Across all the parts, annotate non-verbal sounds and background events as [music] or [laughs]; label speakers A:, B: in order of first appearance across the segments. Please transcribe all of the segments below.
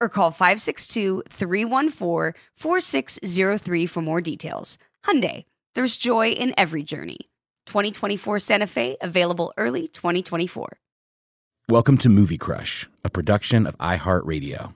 A: or call 562-314-4603 for more details. Hyundai, there's joy in every journey. 2024 Santa Fe, available early 2024.
B: Welcome to Movie Crush, a production of iHeartRadio.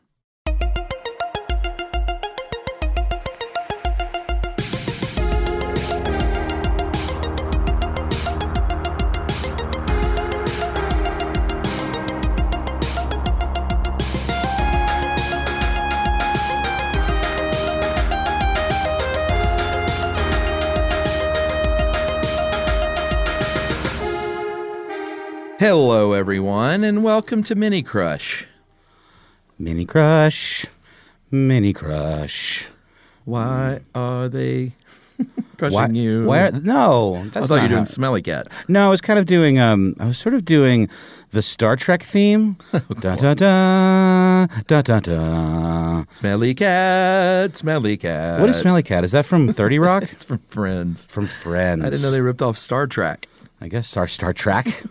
C: Hello, everyone, and welcome to Mini Crush.
B: Mini Crush. Mini Crush.
C: Why are they Hmm. [laughs] crushing you?
B: Why? No, that's
C: I thought you were
B: not
C: doing
B: how-
C: Smelly Cat.
B: No, I was kind of doing. Um, I was sort of doing the Star Trek
C: [laughs]
B: theme.
C: Oh,
B: da da da da da da.
C: Smelly Cat, Smelly Cat.
B: What is Smelly Cat? Is that
C: [laughs]
B: from Thirty Rock?
C: It's from Friends.
B: from Friends.
C: I didn't know they ripped off Star Trek.
B: I guess Star Star
C: [laughs]
B: Trek.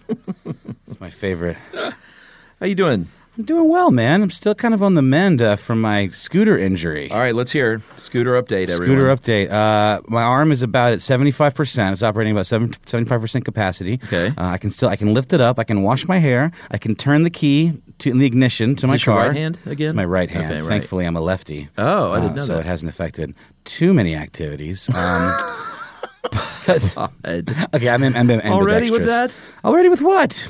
B: it's my favorite.
C: How you doing?
B: I'm doing well, man. I'm still kind of on the mend uh, from my scooter injury.
C: All right, let's hear Scooter update, everyone.
B: Scooter update. Uh, my arm is about at seventy five percent. It's operating about seventy five percent capacity.
C: Okay.
B: Uh, I can still I can lift it up. I can wash my hair. I can turn the key to in the ignition to my
C: this your
B: car.
C: right hand again?
B: It's my right
C: Okay,
B: hand.
C: right.
B: Thankfully, I'm a lefty.
C: Oh, I didn't
B: Uh,
C: know
B: so
C: that.
B: it hasn't affected too many
C: [laughs]
B: activities. Um, [laughs] but-
C: God.
B: okay, I'm, I'm, I'm
C: Already with
B: ambidextrous.
C: that?
B: Already with what?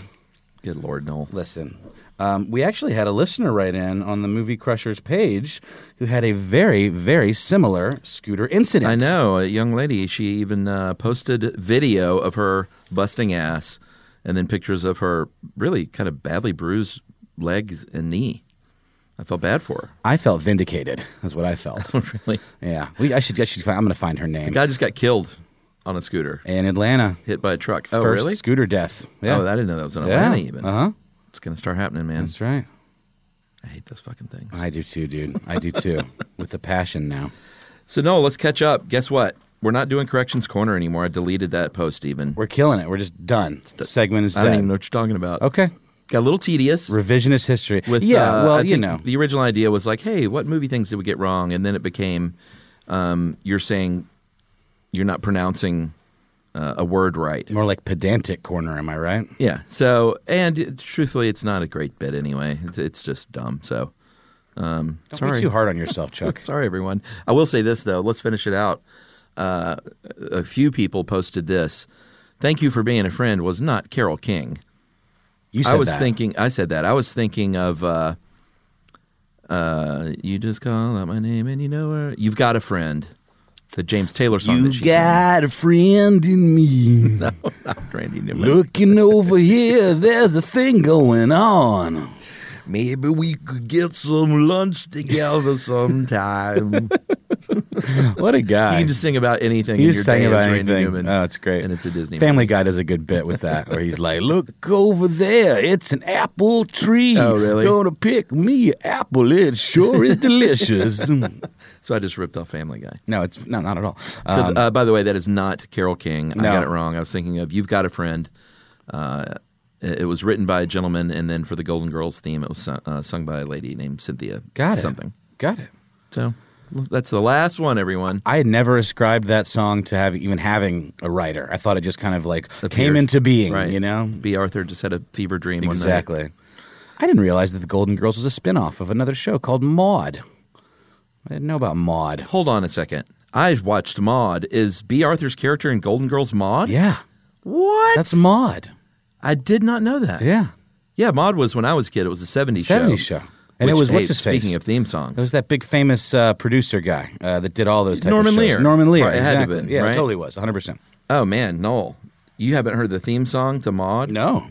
C: Good Lord, Noel.
B: Listen, um, we actually had a listener write in on the Movie Crushers page who had a very, very similar scooter incident.
C: I know a young lady. She even uh, posted video of her busting ass, and then pictures of her really kind of badly bruised legs and knee. I felt bad for
B: I felt vindicated. That's what I
C: [laughs]
B: felt.
C: her. really,
B: yeah, we, I should. I should find, I'm going to find her
C: the
B: name
C: guy just got killed on a scooter,
B: in Atlanta.
C: hit by a truck. Oh,
B: First
C: really?
B: scooter death. Yeah.
C: Oh, I didn't know that was in
B: yeah.
C: Atlanta. Even
B: Uh huh.
C: it's gonna start happening, man.
B: That's right.
C: I hate those fucking things.
B: I do too, dude. I do too. With the passion now.
C: So Noel, let's catch up. Guess what? We're not doing corrections corner anymore. I deleted that post. Even
B: We're killing it. We're just done. Segment is
C: I
B: done.
C: don't even know what you're talking about.
B: Okay.
C: got a little tedious.
B: Revisionist history.
C: with
B: yeah.
C: uh,
B: well,
C: I
B: you
C: think
B: know.
C: the original idea was like hey what movie things did we get wrong and then it became um, you're saying you're not pronouncing uh, a word right
B: More like pedantic corner, am I right?
C: yeah so and it- truthfully it's not a great bit anyway it's, it's just dumb so um,
B: Don't
C: sorry
B: be too hard on yourself, Chuck.
C: [laughs] sorry everyone i will say this though let's finish it out uh, a few people posted this thank you for being a friend was not carol king
B: You said
C: I was
B: that.
C: thinking. I said that. I was thinking of. Uh, uh, you just call out my name and you know her. You've got a friend. The James Taylor song that
B: You
C: she
B: got a friend in
C: [laughs]
B: me.
C: sang. Randy Newman.
B: Looking over here, there's a thing going on.
C: [laughs] Maybe we could get some lunch together sometime.
D: what a
B: [laughs]
D: guy!
C: You can just sing about anything.
D: He
C: in
D: just
C: your
D: sang
C: day
D: about
C: as Randy
D: anything.
C: Newman,
D: Oh, it's great.
C: And it's a Disney
D: Family Guy does a good bit with that, where he's like, "Look over there, it's an apple tree.
C: Oh, really?
D: Gonna pick me an apple. It sure is delicious."
C: [laughs] So I just ripped off Family Guy.
D: no, it's no, not at all.
C: So,
D: Um,
C: uh, by the way, that is not Carol King.
D: No.
C: I got it wrong. I was thinking of "You've Got a Friend." Uh, it it was written by a gentleman, and then for the Golden Girls theme, it was sung, uh, sung by a lady named Cynthia.
D: got it.
C: something.
D: Got it.
C: So that's the last one, everyone.
D: I had never ascribed that song to have even having a writer. I thought it just kind of like came
C: Appeared.
D: into being,
C: Right.
D: you know?
C: B. Arthur just had a fever dream. one night.
D: Exactly. I didn't realize that the Golden Girls was a spin-off of another show called Maud. I didn't know about Maud.
C: Hold on a second. I watched Maud. Is B. Arthur's character in Golden Girls Maud?
D: Yeah.
C: What?
D: That's Maud.
C: I did not know that.
D: Yeah.
C: Yeah, Maud was when I was a kid. It was a 70s,
D: 70s show. And it
C: Which,
D: was- what's
C: hey,
D: his face?
C: Speaking of theme songs.
D: It was that big famous uh, producer guy uh, that did all those types
C: Norman
D: of shows.
C: Lear.
D: Norman Lear.
C: Right, it had to have
D: exactly.
C: been,
D: yeah, it
C: right?
D: totally was. 100%.
C: oh, man, Noel. You haven't heard the theme song to Maud?
D: No.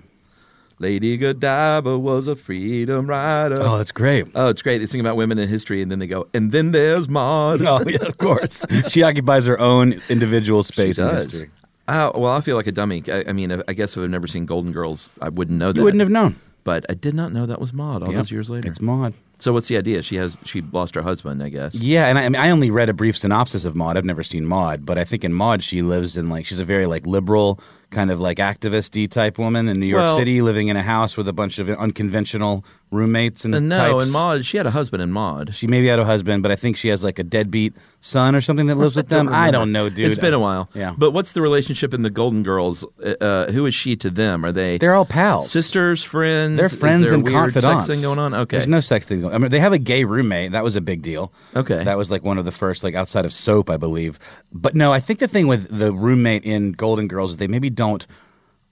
C: Lady Godiva was a freedom rider.
D: Oh, that's great.
C: Oh, it's great. They sing about women in history, and then they go, and then there's Maud.
D: Oh, yeah, of
C: [laughs]
D: course. she occupies her own individual space in
C: does.
D: history.
C: Oh, well, I feel like a dummy. I, I mean, I guess if I've never seen Golden Girls, I wouldn't know that.
D: You wouldn't have known.
C: But I did not know that was Maud all
D: Yep.
C: those years later.
D: It's Maud.
C: so what's the idea? She has she lost her husband, I guess.
D: Yeah, and I, I mean, I only read a brief synopsis of Maud. I've never seen Maud, but I think in Maud she lives in like she's a very like liberal kind of like activist type woman in New York
C: Well-
D: City, living in a house with a bunch of unconventional roommates and
C: And no,
D: types.
C: and Maud, she had a husband in Maud.
D: She maybe had a husband, but I think she has like a deadbeat son or something that
C: [laughs]
D: lives with them. I don't know, dude.
C: It's been a while.
D: Yeah,
C: But what's the relationship in the Golden Girls? Uh, Uh, who is she to them? Are they?
D: They're all pals.
C: Sisters, friends.
D: they're
C: Is
D: friends
C: there a
D: and
C: weird
D: confidants.
C: Sex thing going on. Okay.
D: there's no sex thing. Going I mean, they have a gay roommate. That was a big deal.
C: Okay.
D: that was like one of the first, like outside of soap, I believe. But no, I think the thing with the roommate in Golden Girls is they maybe don't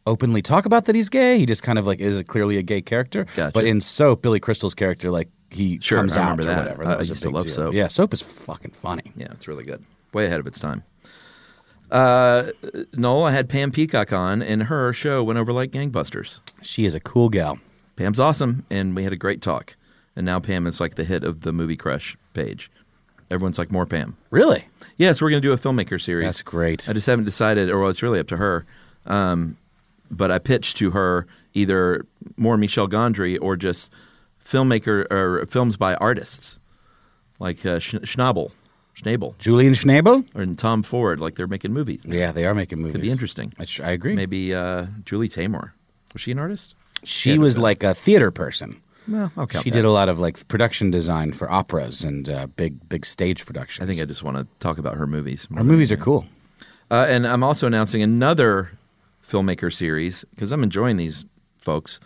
D: openly talk about that he's gay. He just kind of like is clearly a gay character.
C: Gotcha.
D: But in soap, Billy Crystal's character, like he
C: Sure,
D: comes
C: I
D: out
C: remember
D: or
C: that.
D: whatever.
C: I- I
D: was a
C: used to
D: big
C: love
D: deal.
C: soap.
D: Yeah, soap is fucking funny.
C: Yeah, it's really good. Way ahead of its time. Uh, Noel, I had Pam Peacock on, and her show went over like gangbusters.
D: She is a cool gal.
C: Pam's awesome, and we had a great talk. And now Pam is like the hit of the movie crush page. Everyone's like, more Pam.
D: Really?
C: Yes, we're going to do a filmmaker series.
D: That's great.
C: I just haven't decided, or well, it's really up to her. Um, but I pitched to her either more Michel Gondry or just filmmaker or films by artists like uh, Sch- Schnabel, Schnabel,
D: Julian Schnabel?
C: and Tom Ford. Like they're making movies.
D: Yeah, they are making movies.
C: Could be interesting.
D: I, I agree.
C: Maybe uh, Julie Taymor. Was she an artist?
D: She was like a theater person.
C: No, I'll count
D: She
C: that.
D: did a lot of like production design for operas and uh, big big stage productions.
C: I think I just want to talk about her movies. more
D: our
C: than
D: movies are
C: anything.
D: cool.
C: Uh, and I'm also announcing another filmmaker series because I'm enjoying these folks.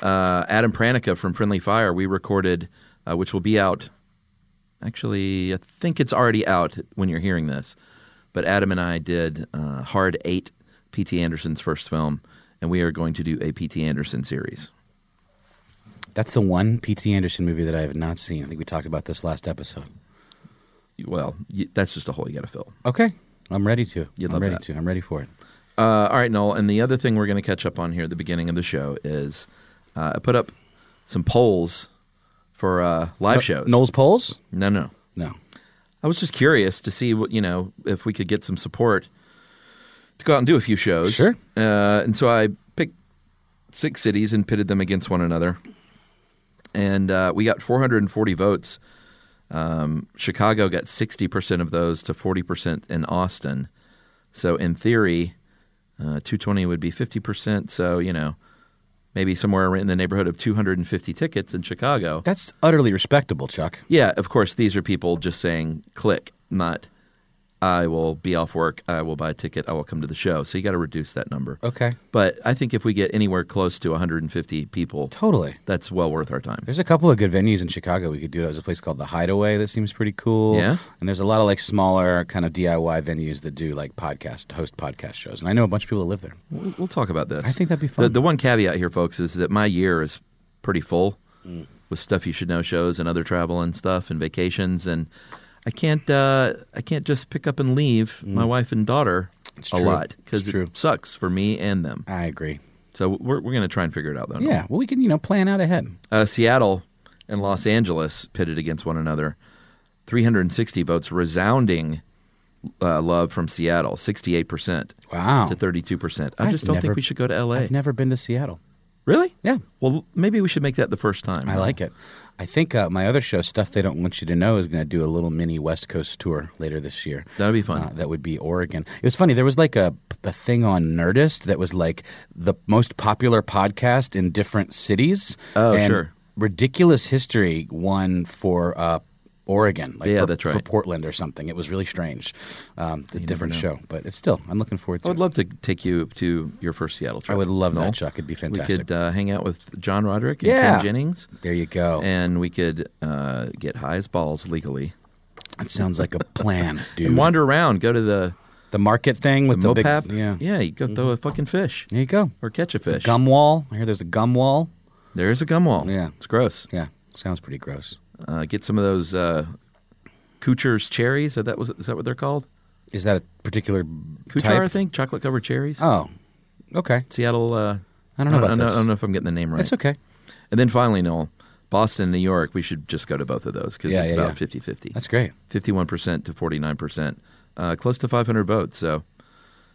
C: Uh, Adam Pranica from Friendly Fire, we recorded, uh, which will be out. Actually, I think it's already out when you're hearing this. But Adam and I did uh, Hard Eight, P.T. Anderson's first film, and we are going to do a P.T. Anderson series.
D: That's the one P.T. Anderson movie that I have not seen. I think we talked about this last episode.
C: Well, y- that's just a hole you got to fill.
D: Okay, I'm ready to.
C: You'd
D: I'm
C: love
D: ready
C: that.
D: to. I'm ready for it.
C: Uh, all right, Noel. And the other thing we're going to catch up on here at the beginning of the show is uh, I put up some polls for uh, live shows.
D: Knowles polls?
C: No, no.
D: No.
C: I was just curious to see what you know if we could get some support to go out and do a few shows.
D: Sure.
C: Uh, and so I picked six cities and pitted them against one another, and uh, we got 440 votes. Um, Chicago got 60 percent of those to 40 percent in Austin. So in theory, uh, 220 would be 50 percent. So you know, maybe somewhere in the neighborhood of 250 tickets in Chicago.
D: That's utterly respectable, Chuck.
C: Yeah, of course, these are people just saying click, not I will be off work, I will buy a ticket, I will come to the show. So you got to reduce that number.
D: Okay.
C: But I think if we get anywhere close to 150 people,
D: Totally.
C: that's well worth our time.
D: There's a couple of good venues in Chicago we could do. There's a place called The Hideaway that seems pretty cool.
C: Yeah?
D: And there's a lot of like smaller kind of DIY venues that do like podcast, host podcast shows. And I know a bunch of people that live there.
C: We'll, we'll talk about this.
D: I think that'd be
C: The,
D: fun.
C: the one caveat here, folks, is that my year is pretty full
D: Mm.
C: with stuff you should know shows and other travel and stuff and vacations and I can't uh, I can't just pick up and leave my wife and daughter a
D: true.
C: lot
D: Mm. It's
C: because
D: true.
C: it sucks for me and them.
D: I agree.
C: So we're we're going to try and figure it out though. Noel.
D: Yeah. Well, we can, you know, plan out ahead.
C: uh, Seattle and Los Angeles pitted against one another. 360 votes, resounding uh, love from Seattle, 68%.
D: Wow.
C: To 32%. I
D: I've
C: just don't
D: never-
C: think we should go to LA.
D: I've never been to Seattle.
C: Really?
D: Yeah.
C: Well, maybe we should make that the first time.
D: I like it. I think uh, my other show, Stuff They Don't Want You to Know, is going to do a little mini West Coast tour later this year.
C: That'd be fun.
D: Uh, that would be Oregon. It was funny. There was like a, a thing on Nerdist that was like the most popular podcast in different cities.
C: Oh,
D: And
C: sure.
D: Ridiculous History won for uh, Oregon. Like
C: Yeah,
D: for,
C: that's
D: For
C: right.
D: Portland or something. It was really strange. Um, a different show, but it's still. I'm looking forward
C: I
D: to.
C: would
D: it.
C: love to take you to your first Seattle trip.
D: I would love
C: Noel.
D: that, Chuck. It'd be
C: We
D: fantastic.
C: could uh, hang out with John Roderick and
D: Yeah.
C: Ken Jennings,
D: There you go.
C: and we could uh, get high as balls legally
D: That sounds like a plan, dude.
C: [laughs] and wander around. Go to the
D: the market thing with the,
C: the
D: big,
C: Mopap.
D: yeah. Mm-hmm.
C: yeah, you go throw a fucking fish
D: There you go.
C: or catch a
D: The
C: fish.
D: gum wall. I hear there's a gum wall.
C: There's a gum wall.
D: Yeah.
C: it's gross.
D: Yeah, sounds pretty gross.
C: Uh, get some of those uh, Kuchar's cherries. Is that was is that what they're called?
D: Is that a particular
C: Kuchar,
D: type?
C: I think, chocolate covered cherries.
D: Oh, okay.
C: Seattle. Uh,
D: I don't know about
C: I don't,
D: this.
C: I don't know if I'm getting the name right.
D: That's okay.
C: And then finally, Noel, Boston, New York, we should just go to both of those because
D: Yeah,
C: it's
D: yeah, yeah.
C: about 50 50.
D: That's great.
C: 51% to 49%, uh, close to 500 votes. So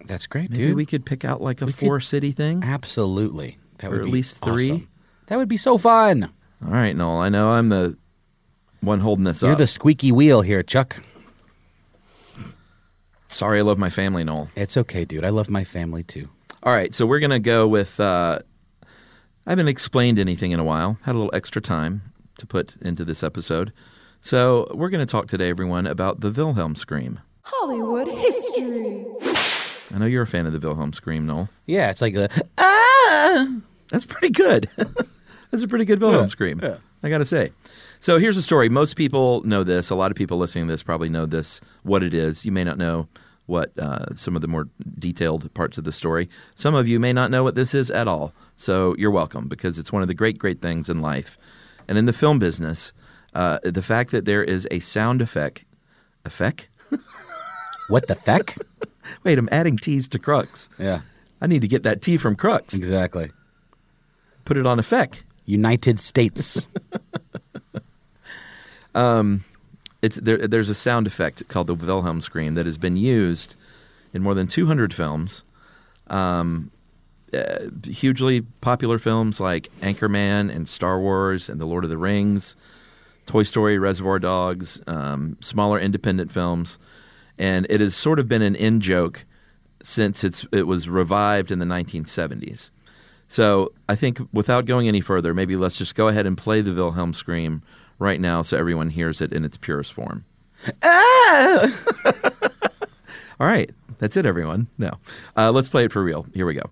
D: That's great,
C: maybe
D: dude.
C: we could pick out like a
D: could-
C: four city thing.
D: absolutely. That
C: Or
D: would
C: at
D: be
C: least three.
D: awesome. That would be so fun.
C: All right, Noel, I know I'm the one holding this
D: You're
C: up.
D: the squeaky wheel here, Chuck.
C: Sorry, I love my family, Noel.
D: It's okay, dude. I love my family too.
C: All right, so we're going to go with. Uh, I haven't explained anything in a while. Had a little extra time to put into this episode. So we're going to talk today, everyone, about the Wilhelm scream.
E: Hollywood history.
C: I know you're a fan of the Wilhelm scream, Noel.
D: Yeah, it's like a ah.
C: That's pretty good. [laughs] That's a pretty good Wilhelm scream. I got to say. So here's a story. Most people know this. A lot of people listening to this probably know this, what it is. You may not know what uh, some of the more detailed parts of the story. Some of you may not know what this is at all. So you're welcome because it's one of the great, great things in life. And in the film business, uh, the fact that there is a sound effect, effect?
D: [laughs] What the feck?
C: [laughs] Wait, I'm adding T's to Crux.
D: yeah,
C: I need to get that T from Crux.
D: exactly.
C: Put it on effect.
D: United States.
C: it's there, there's a sound effect called the Wilhelm scream that has been used in more than 200 films, um, uh, hugely popular films like Anchorman and Star Wars and The Lord of the Rings, Toy Story, Reservoir Dogs, um, smaller independent films, and it has sort of been an in joke since it's it was revived in the 1970s. So I think without going any further, maybe let's just go ahead and play the Wilhelm scream right now so everyone hears it in its purest form. [laughs] All right, that's it, everyone. No, uh, let's play it for real. Here we go.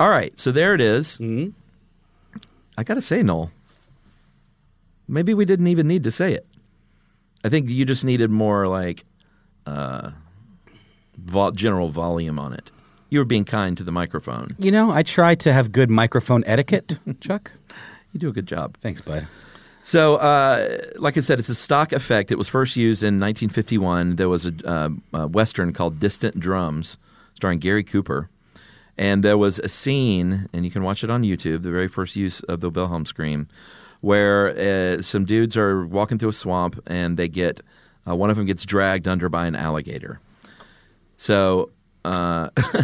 C: All right, so there it is. I gotta say, Noel, maybe we didn't even need to say it. I think you just needed more like uh, vol- general volume on it. You were being kind to the microphone.
D: you know, I try to have good microphone
B: [laughs]
D: etiquette, Chuck.
C: You do a good job.
D: Thanks, bud.
C: So, uh, like I said, it's a stock effect. It was first used in 1951. There was a, uh, a western called Distant Drums, starring Gary Cooper, and there was a scene, and you can watch it on YouTube. The very first use of the Wilhelm scream, where uh, some dudes are walking through a swamp, and they get uh, one of them gets dragged under by an alligator. So uh, [laughs]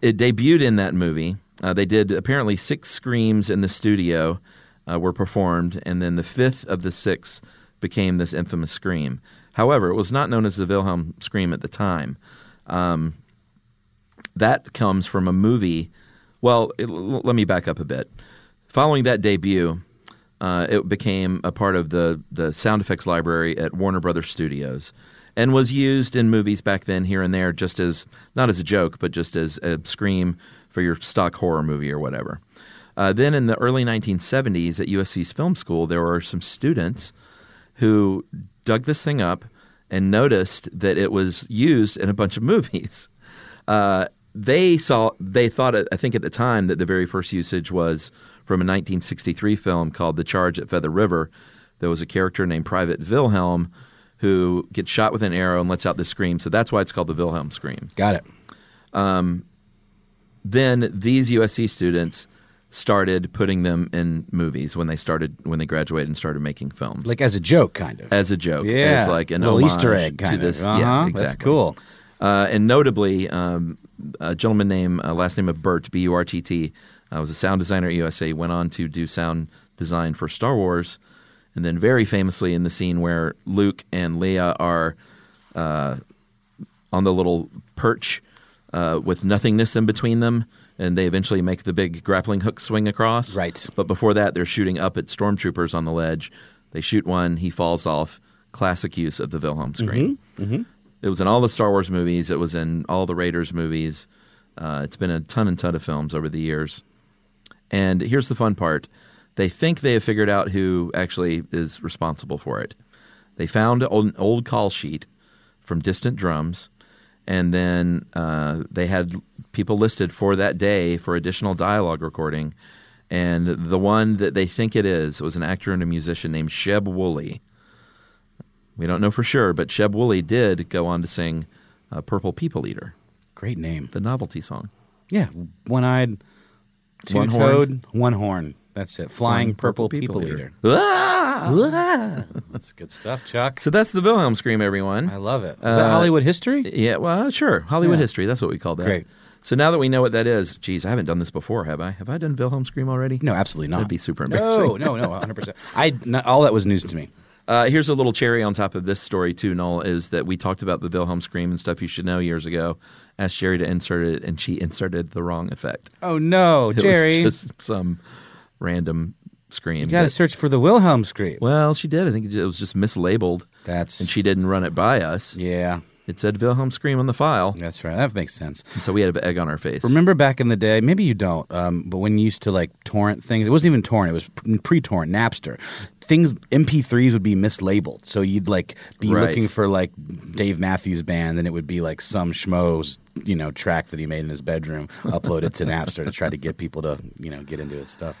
C: it debuted in that movie. Uh, they did apparently six screams in the studio uh, were performed, and then the fifth of the six became this infamous scream. However, it was not known as the Wilhelm scream at the time. Um, that comes from a movie. Well, it- l- let me back up a bit. Following that debut, uh, it became a part of the, the sound effects library at Warner Brothers Studios and was used in movies back then here and there just as not as a joke but just as a scream for your stock horror movie or whatever uh, then in the early 1970s at usc's film school there were some students who dug this thing up and noticed that it was used in a bunch of [laughs] movies uh, they saw they thought I think at the time that the very first usage was from a 1963 film called The Charge at Feather River. There was a character named Private Wilhelm who gets shot with an arrow and lets out this scream. So that's why it's called the Wilhelm scream
D: Got it.
C: then these USC students started putting them in movies when they started when they graduated and started making films.
B: Like as a joke, kind of.
C: As a joke.
B: Yeah.
C: As like an
B: Little
C: homage
B: Easter egg, kind
C: to this.
B: of. Uh-huh.
C: Yeah,
B: That's
C: exactly.
B: cool.
C: Uh, and notably, um, a gentleman named, uh, last name of Burt, B U R T T, uh, was a sound designer at USA, went on to do sound design for Star Wars. And then, very famously, in the scene where Luke and Leia are uh, on the little perch uh, with nothingness in between them, and they eventually make the big grappling hook swing across. Right. But before that, they're shooting up at stormtroopers on the ledge. They shoot one, he falls off. Classic use of the Wilhelm scream.
B: Mhm.
C: It was in all the Star Wars movies. It was in all the Raiders movies. Uh, it's been a ton and ton of films over the years. And here's the fun part they think they have figured out who actually is responsible for it. They found an old call sheet from Distant Drums, and then uh, they had people listed for that day for additional dialogue recording. And the one that they think it is was an actor and a musician named Sheb Woolley. We don't know for sure, but Sheb Woolley did go on to sing uh, Purple People Eater.
B: Great name.
C: The novelty song.
B: Yeah, one eyed, two
C: One-horned.
B: toed, one horn. That's it. Flying
C: Flying
B: purple,
C: purple
B: people,
C: people
B: eater.
C: eater.
B: Ah! [laughs] That's good stuff, Chuck.
C: So that's the Wilhelm scream, everyone. Uh, I
B: love it. Is that Hollywood history?
C: Yeah, well, uh, sure. Hollywood
B: Yeah.
C: history. That's what we call that.
B: Great.
C: So now that we know what that is, geez, I haven't done this before, have I? Have I done Wilhelm scream already?
B: No, absolutely not.
C: That'd be super embarrassing.
B: No, no, no, 100%. I, no, all that was news to me.
C: Uh, here's a little cherry on top of this story too, Noel, is that we talked about the Wilhelm scream and stuff you should know years ago. Asked Sherry to insert it, and she inserted the wrong effect.
B: Oh, no,
C: it
B: Jerry.
C: was [laughs] just some random scream.
B: you got to
C: that-
B: search for the Wilhelm scream.
C: Well, she did. I think it was just mislabeled.
B: That's
C: and she didn't run it by us.
B: Yeah,
C: it said Wilhelm Scream on the file.
B: That's right. That makes sense.
C: And so we had an egg on our face.
B: Remember back in the day, maybe you don't, um, but when you used to like torrent things, it wasn't even torrent, it was pre torrent, Napster. Things, MP3s would be mislabeled. So you'd like be
C: Right.
B: looking for like Dave Matthews Band, and it would be like some schmo's, you know, track that he made in his bedroom, uploaded to Napster to try to get people to, you know, get into his stuff.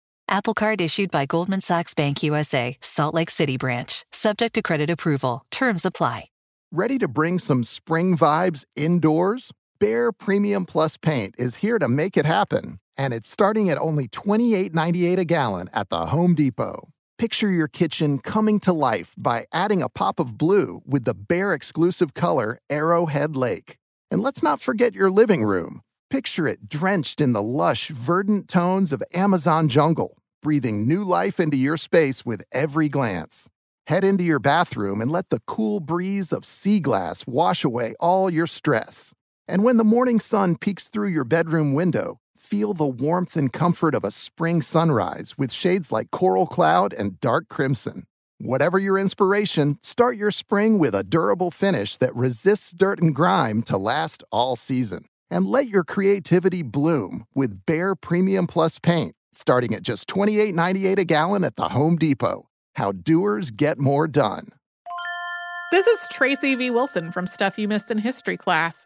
F: Apple Card issued by Goldman Sachs Bank USA, Salt Lake City branch, subject to credit approval. Terms apply.
D: Ready to bring some spring vibes indoors? Bare Premium Plus paint is here to make it happen, and it's starting at only $28.98 a gallon at the Home Depot. Picture your kitchen coming to life by adding a pop of blue with the Bare exclusive color Arrowhead Lake. And let's not forget your living room. Picture it drenched in the lush, verdant tones of Amazon jungle, breathing new life into your space with every glance. Head into your bathroom and let the cool breeze of sea glass wash away all your stress. And when the morning sun peeks through your bedroom window, feel the warmth and comfort of a spring sunrise with shades like coral cloud and dark crimson. Whatever your inspiration, start your spring with a durable finish that resists dirt and grime to last all season. And let your creativity bloom with Bare Premium Plus paint, starting at just $28.98 a gallon at the Home Depot. How doers get more done.
A: This is Tracy V. Wilson from Stuff You Missed in History class.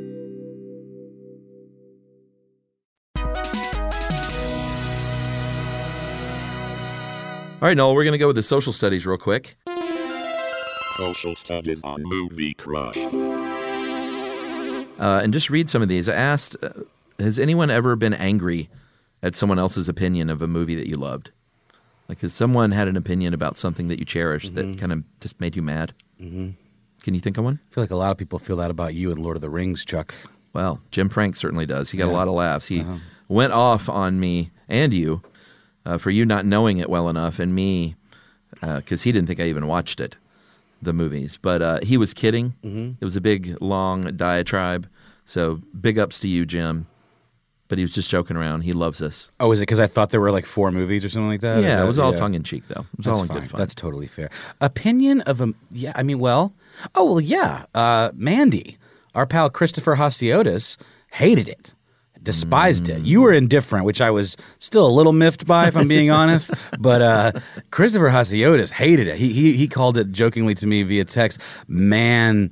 C: All right, Noel, we're going to go with the social studies real quick.
G: Social studies on Movie Crush.
C: uh, and just read some of these. I asked, uh, has anyone ever been angry at someone else's opinion of a movie that you loved? Like, has someone had an opinion about something that you cherished that kind of just made you mad? Mm-hmm. Can you think of one?
D: I feel like a lot of people feel that about you and Lord of the Rings, Chuck.
C: Well, Jim Frank certainly does. He got
D: Yeah.
C: a lot of laughs. He
D: Uh-huh.
C: went off on me and you uh, for you not knowing it well enough, and me because he didn't think I even watched it, the movies. But uh, he was kidding.
D: Mm-hmm.
H: Mhm.
C: It was a big, long diatribe. So big ups to you, Jim. But he was just joking around. He loves us.
D: Oh, is it because I thought there were like four movies or something like that? Is
C: Yeah, it
D: that-
C: was all tongue-in-cheek, though. It was
D: That's
C: all in good
D: fine.
C: fun.
D: That's totally fair. Opinion of a yeah. I mean, well, oh well, yeah. Uh, Mandy, our pal Christopher Hasiotis hated it, despised it. You were indifferent, which I was still a little miffed by, if I'm being honest. [laughs] But uh, Christopher Hasiotis hated it. He, he he called it jokingly to me via text, man.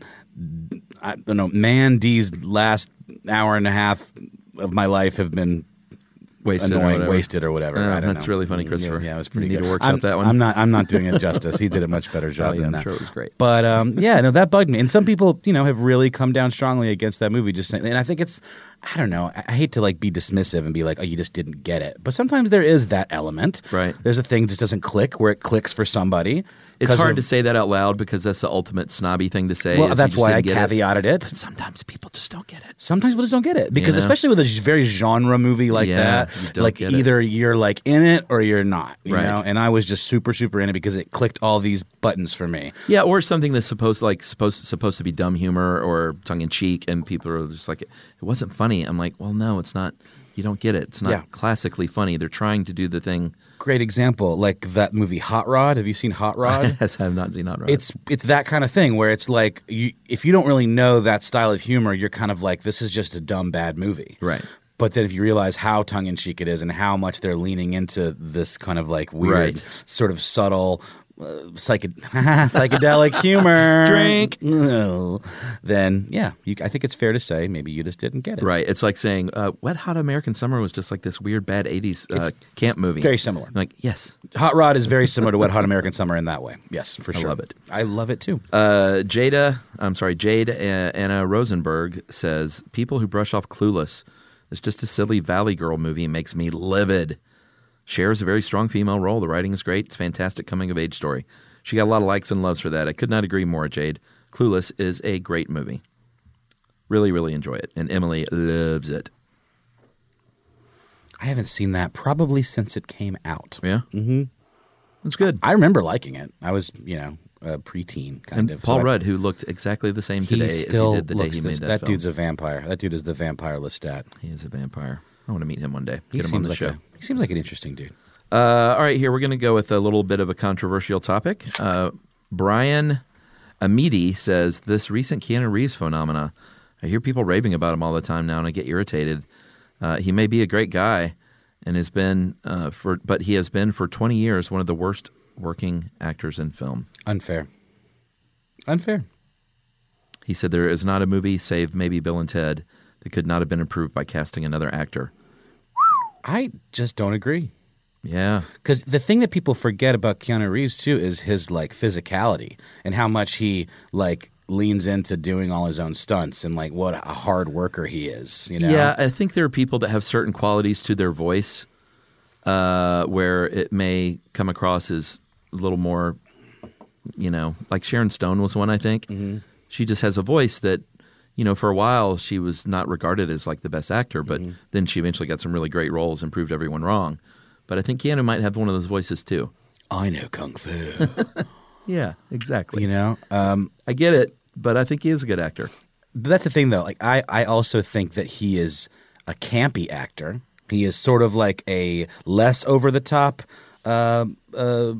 D: I don't know, Mandy's last hour and a half of my life have been
C: Wasted or
D: annoying,
C: whatever.
D: wasted or whatever.
C: Yeah,
D: I don't
C: Oh, that's
D: know.
C: really funny,
D: Yeah,
C: Christopher.
D: Yeah, it was pretty
C: You need
D: good.
C: to workshop
D: I'm,
C: that one.
D: I'm not. I'm not doing
C: [laughs]
D: it justice. He did a much better job
C: Oh, yeah,
D: than
C: I'm
D: that.
C: sure it was great.
D: But um, [laughs] yeah, no, that bugged me. And some people, you know, have really come down strongly against that movie. Just saying, and I think it's. I don't know. I I hate to like be dismissive and be like, oh, you just didn't get it. But sometimes there is that element. Right. There's a thing that just doesn't click where it clicks for somebody.
C: It's
D: 'cause
C: hard
D: of-
C: to say that out loud because that's the ultimate snobby thing to say. is
D: Well,
C: you
D: that's
C: just
D: why
C: didn't
D: I
C: get it.
D: caveated it.
C: But sometimes people just don't get it.
D: Sometimes people just don't get it because,
C: know?
D: especially with a g- very genre movie like
C: Yeah, you
D: that,
C: don't
D: like
C: get it.
D: either you're like in it or you're not, you
C: Right.
D: know. And I was just super, super in it because it clicked all these buttons for me.
C: Yeah, or something that's supposed like supposed supposed to be dumb humor or tongue in cheek, and people are just like, "It wasn't funny." I'm like, "Well, no, it's not. You don't get it. It's not
D: Yeah.
C: classically funny. They're trying to do the thing."
D: Great example, like that movie Hot Rod. Have you seen Hot Rod?
C: [laughs] yes, I have not seen Hot Rod.
D: It's it's that kind of thing where it's like you if you don't really know that style of humor, you're kind of like this is just a dumb bad movie.
C: Right.
D: But then if you realize how tongue in cheek it is and how much they're leaning into this kind of like weird
C: Right.
D: sort of subtle uh, psychedelic [laughs] psychedelic humor
C: [laughs] Drink.
D: No. [laughs] then yeah, you, I think it's fair to say maybe you just didn't get it.
C: Right. It's like saying uh, "Wet Hot American Summer" was just like this weird bad '80s uh,
D: It's
C: camp movie.
D: very similar.
C: I'm like yes,
D: Hot Rod is very similar to Wet Hot American Summer in that way. Yes, for
C: I
D: sure.
C: love it.
D: I love it too.
C: Uh, Jada, I'm sorry, Jade uh, Anna Rosenberg says people who brush off Clueless is just a silly Valley Girl movie and makes me livid. Cher is a very strong female role. The writing is great. It's a fantastic coming of age story. She got a lot of likes and loves for that. I could not agree more, Jade. Clueless is a great movie. Really, really enjoy it. And Emily loves it.
D: I haven't seen that probably since it came out.
C: Yeah.
D: Mm-hmm.
C: It's good.
D: I, remember liking it. I was, you know, a preteen kind
C: and
D: of. so
C: Paul
D: I-
C: Rudd, who looked exactly the same
D: he
C: today
D: still
C: as he did the day
D: looks
C: he
D: the-
C: made that
D: that
C: film.
D: dude's a vampire. That dude is the vampire Lestat.
C: He is a vampire. I want to meet him one day.
D: He
C: Get him
D: seems
C: on the
D: like
C: show.
D: a- he seems like an interesting dude.
C: Uh, all right, here we're going to go with a little bit of a controversial topic. Uh, Brian Amidi says this recent Keanu Reeves phenomena. I hear people raving about him all the time now, and I get irritated. Uh, he may be a great guy, and has been uh, for, but he has been for twenty years one of the worst working actors in film.
D: Unfair. Unfair.
C: He said there is not a movie, save maybe Bill and Ted, that could not have been improved by casting another actor.
D: I just don't agree.
C: Yeah.
D: Because the thing that people forget about Keanu Reeves too is his like physicality and how much he like leans into doing all his own stunts and like what a hard worker he is. You know.
C: Yeah, I think there are people that have certain qualities to their voice uh, where it may come across as a little more, you know, like Sharon Stone was one, I think. She just has a voice that, you know, for a while she was not regarded as like the best actor, but then she eventually got some really great roles and proved everyone wrong. But I think Keanu might have one of those voices too.
D: I know kung fu. [laughs]
C: yeah, exactly.
D: You know, um,
C: I get it, but I think he is a good actor.
D: But that's the thing, though. Like, I, I also think that he is a campy actor. He is sort of like a less over the top uh, uh,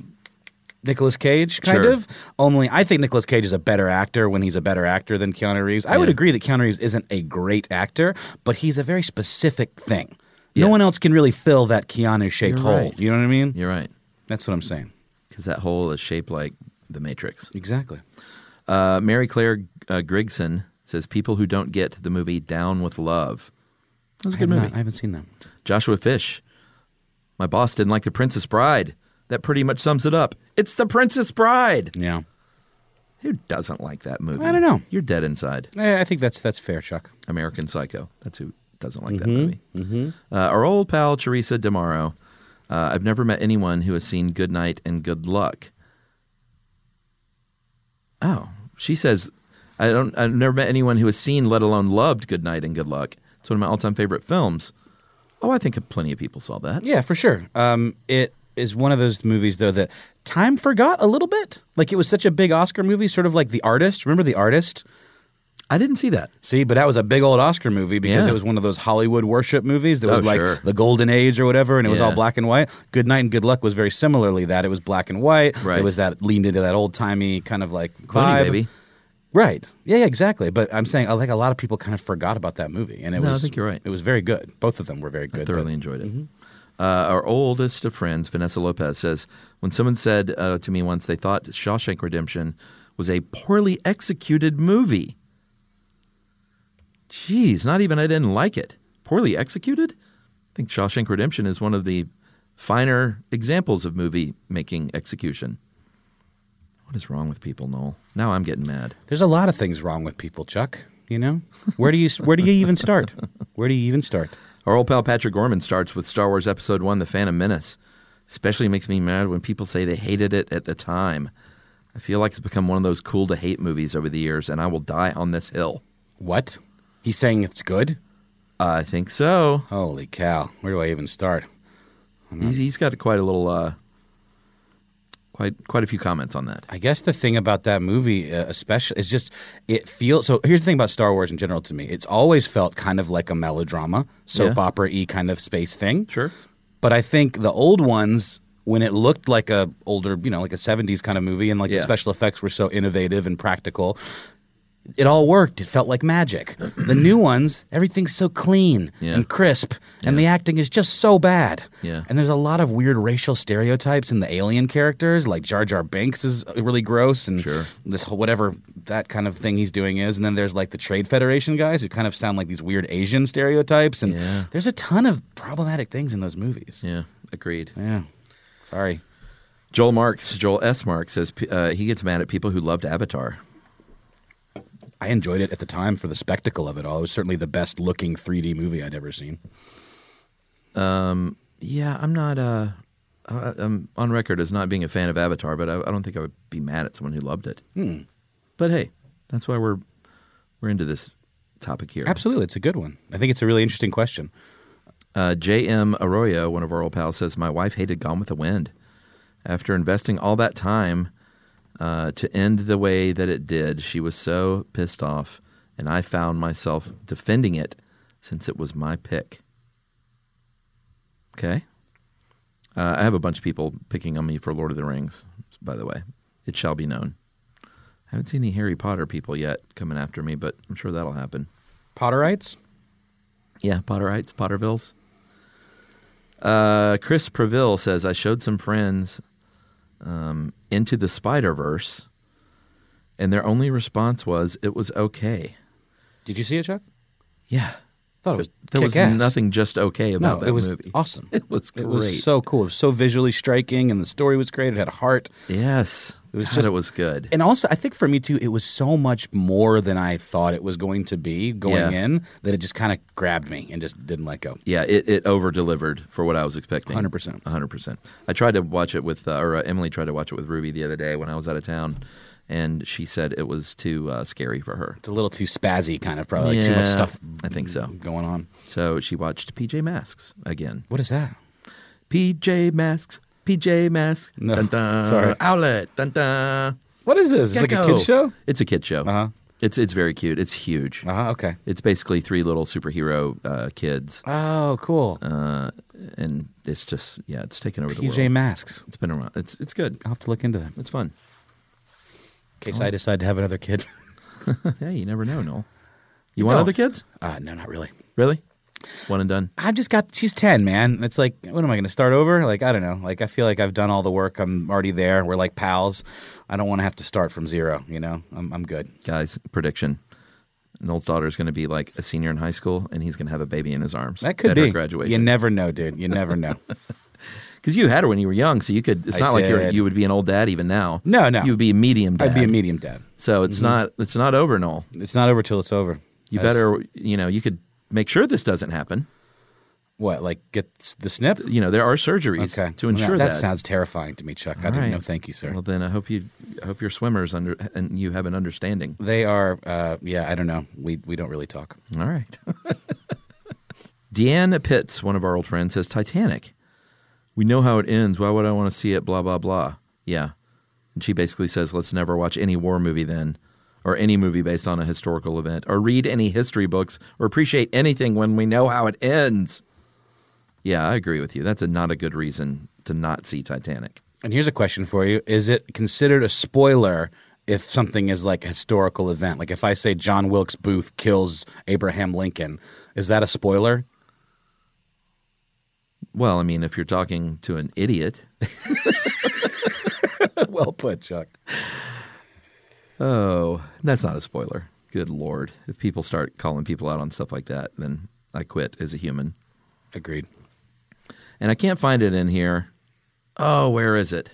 D: Nicolas Cage, kind
C: Sure.
D: of. Only I think Nicolas Cage is a better actor when he's a better actor than Keanu Reeves. I would
C: Yeah.
D: agree that Keanu Reeves isn't a great actor, but he's a very specific thing. No one else can really fill that Keanu shaped
C: You're
D: hole.
C: right.
D: You know what I mean?
C: You're right.
D: That's what I'm saying.
C: Because that hole is shaped like the Matrix.
D: Exactly.
C: Uh, Mary Claire uh, Grigson says people who don't get the movie Down with Love. That was a
D: I have
C: good
D: not-
C: movie.
D: I haven't seen that.
C: Joshua Fish. My boss didn't like The Princess Bride. That pretty much sums it up. It's The Princess Bride.
D: Yeah.
C: Who doesn't like that movie?
D: I don't know.
C: You're dead inside.
D: Eh, I think that's that's fair, Chuck.
C: American Psycho. That's who doesn't like that movie. Uh, our old pal Teresa Demaro. Uh, I've never met anyone who has seen Good Night and Good Luck. Oh, she says, I don't. I've never met anyone who has seen, let alone loved, Good Night and Good Luck. It's one of my all-time favorite films. Oh, I think plenty of people saw that.
D: Yeah, for sure. Um, it is one of those movies, though, that time forgot a little bit. Like it was such a big Oscar movie, sort of like The Artist. Remember The Artist?
C: I didn't see that.
D: See, but that was a big old Oscar movie because
C: Yeah.
D: it was one of those Hollywood worship movies that was
C: Oh,
D: like
C: sure.
D: the golden age or whatever, and it was all
C: Yeah.
D: black and white. Good Night and Good Luck was very similarly that. It was black and white.
C: Right.
D: It was that leaned into that old timey kind of like
C: Clooney,
D: vibe.
C: baby.
D: Right. Yeah, yeah, exactly. But I'm saying uh, like a lot of people kind of forgot about that movie, and it
C: No, I
D: was.
C: think you're right.
D: It was very good. Both of them were very good.
C: I
D: but- mm-hmm.
C: thoroughly enjoyed it. Uh, our oldest of friends, Vanessa Lopez, says when someone said uh, to me once they thought Shawshank Redemption was a poorly executed movie. Jeez, not even I didn't like it. Poorly executed? I think Shawshank Redemption is one of the finer examples of movie making execution. What is wrong with people, Noel? Now I'm getting mad.
D: There's a lot of things wrong with people, Chuck. You know, where do you where do you even start? Where do you even start?
C: Our old pal Patrick Gorman starts with Star Wars Episode One: The Phantom Menace. Especially makes me mad when people say they hated it at the time. I feel like it's become one of those cool to hate movies over the years, and I will die on this hill.
D: What? He's saying it's good?
C: I think so.
D: Holy cow! Where do I even start?
C: He's, he's got quite a little, uh, quite quite a few comments on that.
D: I guess the thing about that movie, uh, especially, is just it feels. So here's the thing about Star Wars in general to me: it's always felt kind of like a melodrama, soap
C: Yeah.
D: opera y kind of space thing.
C: Sure.
D: But I think the old ones, when it looked like a older, you know, like a '70s kind of movie, and like
C: Yeah.
D: the special effects were so innovative and practical, it all worked. It felt like magic. [clears throat] the new ones, everything's so clean
C: Yeah.
D: and crisp, and the acting is just so bad.
C: Yeah.
D: And there's a lot of weird racial stereotypes in the alien characters. Like Jar Jar Binks is uh, really gross, and this whole whatever that kind of thing he's doing is. And then there's like the Trade Federation guys who kind of sound like these weird Asian stereotypes. And there's a ton of problematic things in those movies.
C: Yeah, agreed.
D: Yeah. Sorry.
C: Joel Marks, Joel S. Marks says p- uh, he gets mad at people who loved Avatar.
D: I enjoyed it at the time for the spectacle of it all. It was certainly the best looking 3D movie I'd ever seen.
C: Um, yeah, I'm not. Uh, I, I'm on record as not being a fan of Avatar, but I, I don't think I would be mad at someone who loved it.
D: Hmm.
C: But hey, that's why we're we're into this topic here.
D: Absolutely. It's a good one. I think it's a really interesting question.
C: Uh, J.M. Arroyo, one of our old pals, says my wife hated Gone with the Wind. After investing all that time uh, to end the way that it did, she was so pissed off, and I found myself defending it since it was my pick. Okay. Uh, I have a bunch of people picking on me for Lord of the Rings, by the way. It shall be known. I haven't seen any Harry Potter people yet coming after me, but I'm sure that'll happen.
D: Potterites?
C: Yeah, Potterites, Pottervilles. Uh, Chris Preville says, I showed some friends um, into the Spider Verse, and their only response was, it was okay.
D: Did you see it, Chuck?
C: Yeah.
D: Thought it was
C: There was
D: kick-ass.
C: nothing just okay about
D: no,
C: that
D: it was
C: movie.
D: awesome.
C: [laughs] It was great.
D: It was so cool. It was so visually striking, and the story was great. It had a heart.
C: yes.
D: It was
C: God,
D: just-
C: it was good.
D: And also, I think for me too, it was so much more than I thought it was going to be going
C: Yeah.
D: in that it just kind of grabbed me and just didn't let go.
C: Yeah, it, it over delivered for what I was expecting.
D: 100%.
C: 100%. I tried to watch it with, uh, or uh, Emily tried to watch it with Ruby the other day when I was out of town, and she said it was too uh, scary for her.
D: It's a little too spazzy, kind of probably like too much
C: Yeah,
D: stuff.
C: I think so.
D: Going on.
C: So she watched PJ Masks again.
D: What is that?
C: PJ Masks, PJ Masks.
D: No,
C: dun, dun,
D: sorry.
C: Outlet. Dun, dun.
D: What is this? Is it like a
C: Gecko.
D: kid show?
C: It's a kid show. Uh-huh. It's it's very cute. It's huge.
D: Uh-huh, okay.
C: It's basically three little superhero uh, kids,
D: Oh, cool.
C: uh, and it's just yeah, it's taken over the world.
D: PJ Masks.
C: It's been around. It's it's good.
D: I'll have to look into that Oh. in
C: It's fun. [laughs]
D: case I decide to have another kid. [laughs]
C: hey, you never know, Noel. You want
D: No.
C: other kids?
D: Uh, no, not really.
C: Really? One and done.
D: I've just got she's ten, man. It's like, when am I going to start over? Like, I don't know. Like, I feel like I've done all the work. I'm already there. We're like pals. I don't want to have to start from zero. You know, I'm I'm good.
C: Guys, prediction. Noel's daughter is going to be like a senior in high school, and he's going to have a baby in his arms.
D: That could
C: at her
D: be [laughs]
C: graduation.
D: You never know, dude. You never know.
C: Because Because you had her when you were young, so you could. It's
D: I
C: not like you're,
D: did.
C: you would be an old dad even now.
D: No, no.
C: you would be a medium. dad.
D: I'd be a medium dad.
C: So it's
D: Mhm.
C: not. It's not over, Noel.
D: It's not over till it's over.
C: You
D: That's-
C: better. You know, you could make sure this doesn't happen.
D: What, like get the snip?
C: You know, there are surgeries
D: Okay.
C: to
D: Yeah,
C: ensure
D: that
C: that.
D: sounds terrifying to me, Chuck. I
C: All
D: didn't
C: right.
D: know. Thank you, sir.
C: Well, then I hope you I hope your swimmers under and you have an understanding.
D: They are. Uh, yeah, I don't know. We we don't really talk.
C: All right. [laughs] Deanne Pitts, one of our old friends, says Titanic. We know how it ends. Why would I want to see it? Blah blah blah. Yeah, and she basically says, let's never watch any war movie then, or any movie based on a historical event, or read any history books, or appreciate anything when we know how it ends. Yeah, I agree with you. That's a, not a good reason to not see Titanic.
D: And here's a question for you: Is it considered a spoiler if something is like a historical event? Like if I say John Wilkes Booth kills Abraham Lincoln, is that a spoiler? [laughs]
C: Well, I mean, if you're talking to an idiot.
D: well put, Chuck.
C: Oh, that's not a spoiler. Good lord. If people start calling people out on stuff like that, then I quit as a human.
D: Agreed.
C: And I can't find it in here. Oh, where is it?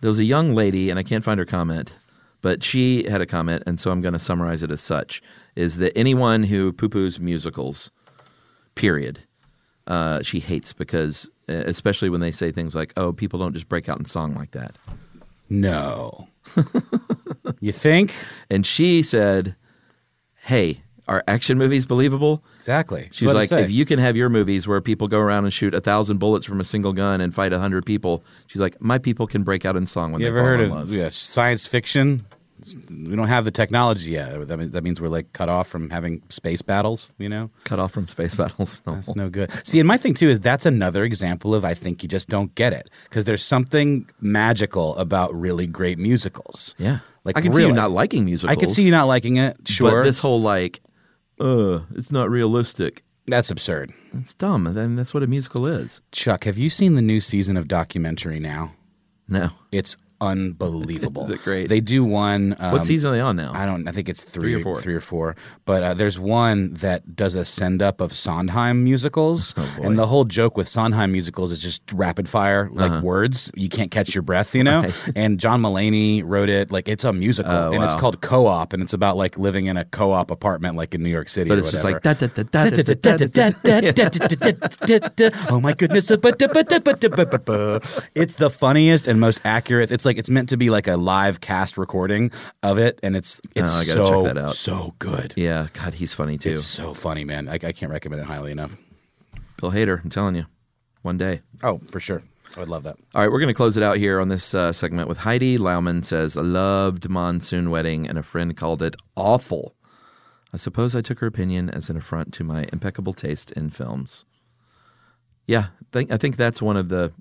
C: There was a young lady, and I can't find her comment, but she had a comment, and so I'm going to summarize it as such: is that anyone who poo-poos musicals, period, uh, she hates because, uh, especially when they say things like, "Oh, people don't just break out in song like that." [laughs]
D: No. you think?
C: And she said, "Hey, are action movies believable?"
D: Exactly. That's
C: She's
D: what I
C: like,
D: say.
C: if you can have your movies where people go around and shoot a thousand bullets from a single gun and fight a hundred people, she's like, my people can break out in song when
D: you
C: they
D: ever
C: fall
D: heard
C: in
D: of
C: love.
D: yeah, science fiction? We don't have the technology yet. That means, that means we're like cut off from having space battles. You know,
C: cut off from space [laughs] battles. No.
D: That's no good. See, and my thing too is that's another example of I think you just don't get it because there's something magical about really great musicals.
C: Yeah,
D: like
C: I can see you
D: really.
C: not liking musicals.
D: I can see you not liking it. Sure,
C: but this whole like, uh, it's not realistic.
D: That's absurd.
C: It's dumb. and then that's what a musical is.
D: Chuck, have you seen the new season of documentary now?
C: No,
D: it's unbelievable.
C: [laughs] Is it great?
D: They do one. Um,
C: what season are they on now?
D: I don't. I think it's three,
C: Three or four.
D: Three or four. But uh, there's one that does a send up of Sondheim
C: [laughs]
D: musicals,
C: Oh, boy.
D: and the whole joke with Sondheim musicals is just rapid fire like
C: Uh-huh.
D: words. You can't catch your breath, you know.
C: [laughs] Right.
D: And John Mulaney wrote it. Like it's a musical,
C: Oh,
D: and it's
C: wow.
D: called Co op, and it's about like living in a co op apartment, like in New York City.
C: But
D: or
C: it's just
D: whatever.
C: like da da da da da da da da.
D: [laughs] Oh my goodness. It's the funniest and most accurate. It's like it's meant to be like a live cast recording of it and it's it's
C: Oh, I gotta
D: so
C: check that out.
D: so good.
C: Yeah, God, he's funny too.
D: It's so funny, man. I, I can't recommend it highly enough.
C: Bill Hader, I'm telling you, one day.
D: Oh, for sure. I would love that.
C: All right, we're going to close it out here on this uh, segment with Heidi Lauman says, I loved Monsoon Wedding, and a friend called it awful. I suppose I took her opinion as an affront to my impeccable taste in films. Yeah, think, I think that's one of the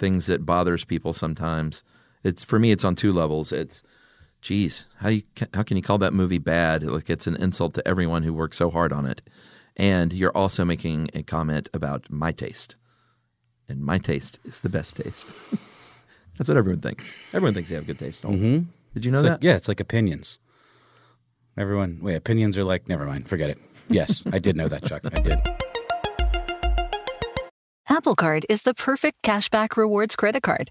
C: things that bothers people sometimes. It's for me, it's on two levels. It's, geez, how you ca- how can you call that movie bad? Like it's an insult to everyone who worked so hard on it, and you're also making a comment about my taste, and my taste is the best taste. [laughs] that's what everyone thinks. Everyone thinks they have good taste. Noel.
D: Mhm.
C: Did you know
D: It's
C: that?
D: like- yeah, it's like opinions. Everyone wait, opinions are like never mind, forget it. Yes, I did know that, Chuck. I did.
F: Apple Card is the perfect cashback rewards credit card.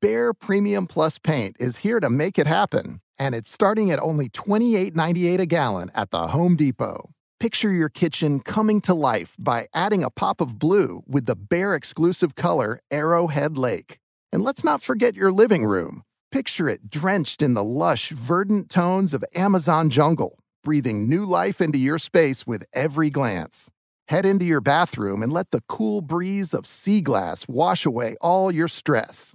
I: Bare Premium Plus paint is here to make it happen, and it's starting at only $28.98 a gallon at the Home Depot. Picture your kitchen coming to life by adding a pop of blue with the Bare exclusive color Arrowhead Lake. And let's not forget your living room. Picture it drenched in the lush, verdant tones of Amazon jungle, breathing new life into your space with every glance. Head into your bathroom and let the cool breeze of sea glass wash away all your stress.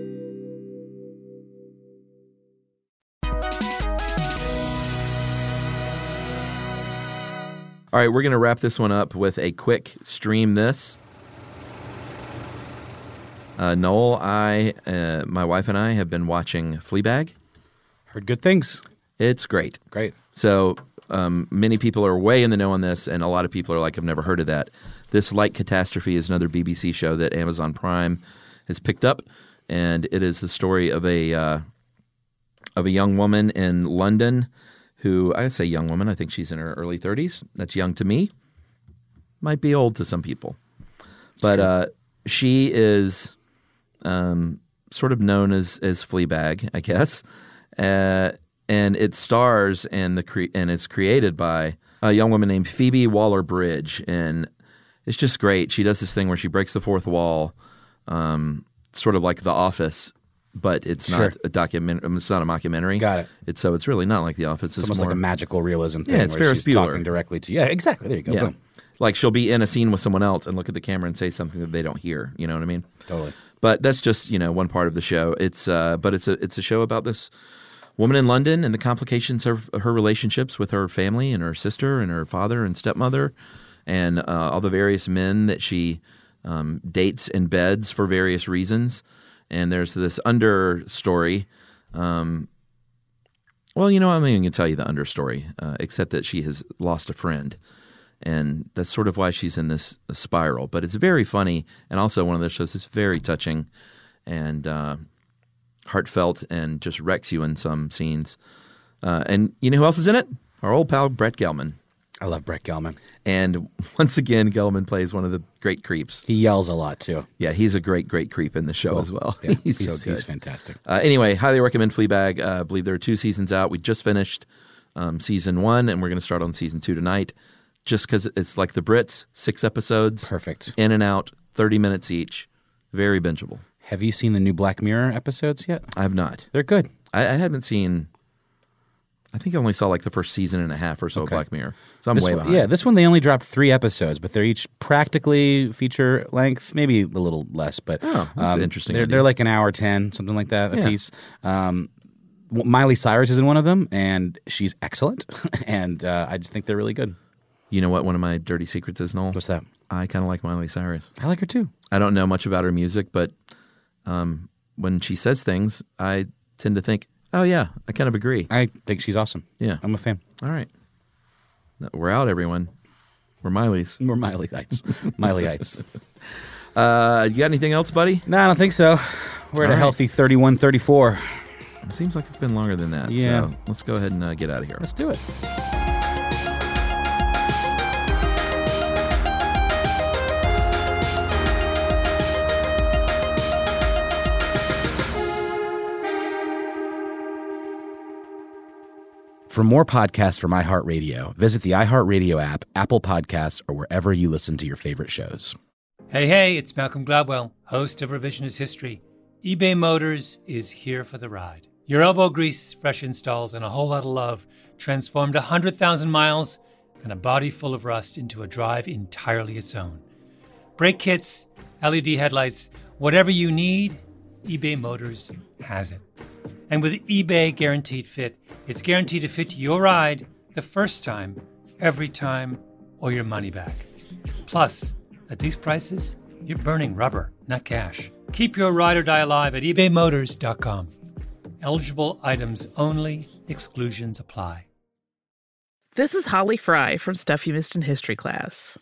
C: All right, we're going to wrap this one up with a quick stream this. Uh, Noel, I, uh, my wife and I have been watching Fleabag.
D: Heard good things.
C: It's great.
D: Great.
C: So um, many people are way in the know on this, and a lot of people are like, I've never heard of that. This Like Catastrophe is another BBC show that Amazon Prime has picked up, and it is the story of a uh, of a young woman in London who I say young woman. I think she's in her early 30s. That's young to me. Might be old to some people, but uh, she is um, sort of known as as Fleabag, I guess. Uh, and it stars and the cre- and it's created by a young woman named Phoebe Waller Bridge, and it's just great. She does this thing where she breaks the fourth wall, um, sort of like The Office, but it's not
D: Sure.
C: a document. It's not a mockumentary. Got it. It's so it's really not like The Office. It's,
D: almost like
C: more-
D: a magical realism thing
C: Yeah, it's
D: where
C: Ferris
D: she's
C: Bueller.
D: talking directly to Yeah, exactly. There you go.
C: Yeah.
D: Boom.
C: Like she'll be in a scene with someone else and look at the camera and say something that they don't hear. You know what I mean?
D: Totally.
C: But that's just you know one part of the show. It's uh, but it's a it's a show about this woman in London and the complications of her relationships with her family and her sister and her father and stepmother and uh, all the various men that she um, dates and beds for various reasons. And there's this understory. Um, well, you know, I'm not even going to tell you the understory, uh, except that she has lost a friend. And that's sort of why she's in this uh, spiral. But it's very funny and also one of those shows that's very touching and uh, heartfelt and just wrecks you in some scenes. Uh, and you know who else is in it? Our old pal, Brett Gelman.
D: I love Brett Gelman.
C: And [laughs] once again, Gelman plays one of the great creeps.
D: He yells a lot, too.
C: Yeah, he's a great, great creep in the show Oh, as well.
D: Yeah,
C: [laughs] he's,
D: he's-
C: so good.
D: he's fantastic.
C: Uh, anyway, highly recommend Fleabag. Uh, I believe there are two seasons out. We just finished um, season one, and we're going to start on season two tonight. Just because it's like the Brits, six episodes,
D: perfect,
C: in and out, thirty minutes each, very bingeable.
D: Have you seen the new Black Mirror episodes yet?
C: I have not.
D: They're good.
C: I, I haven't seen. I think I only saw like the first season and a half or so of
D: Okay.
C: Black Mirror, so I'm
D: This
C: way
D: one-
C: behind.
D: Yeah, this one they only dropped three episodes, but they're each practically feature length, maybe a little less. But um,
C: Oh, that's an interesting
D: They're,
C: idea.
D: they're like an hour ten, something like that
C: Yeah.
D: a piece. Um, w- Miley Cyrus is in one of them, and she's excellent. [laughs] and uh, I just think they're really good.
C: You know what? One of my dirty secrets is Noel.
D: What's that?
C: I kind of like Miley Cyrus.
D: I like her too.
C: I don't know much about her music, but um, when she says things, I tend to think, "Oh yeah, I kind of agree."
D: I think she's awesome.
C: Yeah,
D: I'm a fan.
C: All right, No, we're out, everyone. We're Miley's.
D: We're
C: [laughs]
D: Mileyites. Mileyites.
C: uh, you got anything else, buddy?
D: No, I don't think so. We're at a
C: All right.
D: healthy 31 34.
C: It seems like it's been longer than that.
D: Yeah.
C: So let's go ahead and uh, get out of here.
D: Let's do it. For more podcasts from iHeartRadio, visit the iHeartRadio app, Apple Podcasts, or wherever you listen to your favorite shows.
H: Hey, hey, it's Malcolm Gladwell, host of Revisionist History. eBay Motors is here for the ride. Your elbow grease, fresh installs, and a whole lot of love transformed 100,000 miles and a body full of rust into a drive entirely its own. Brake kits, LED headlights, whatever you need, eBay Motors has it. And with eBay Guaranteed Fit, it's guaranteed to fit your ride the first time, every time, or your money back. Plus, at these prices, you're burning rubber, not cash. Keep your ride or die alive at ebaymotors.com. Eligible items only, exclusions apply.
A: This is Holly Fry from Stuff You Missed in History class.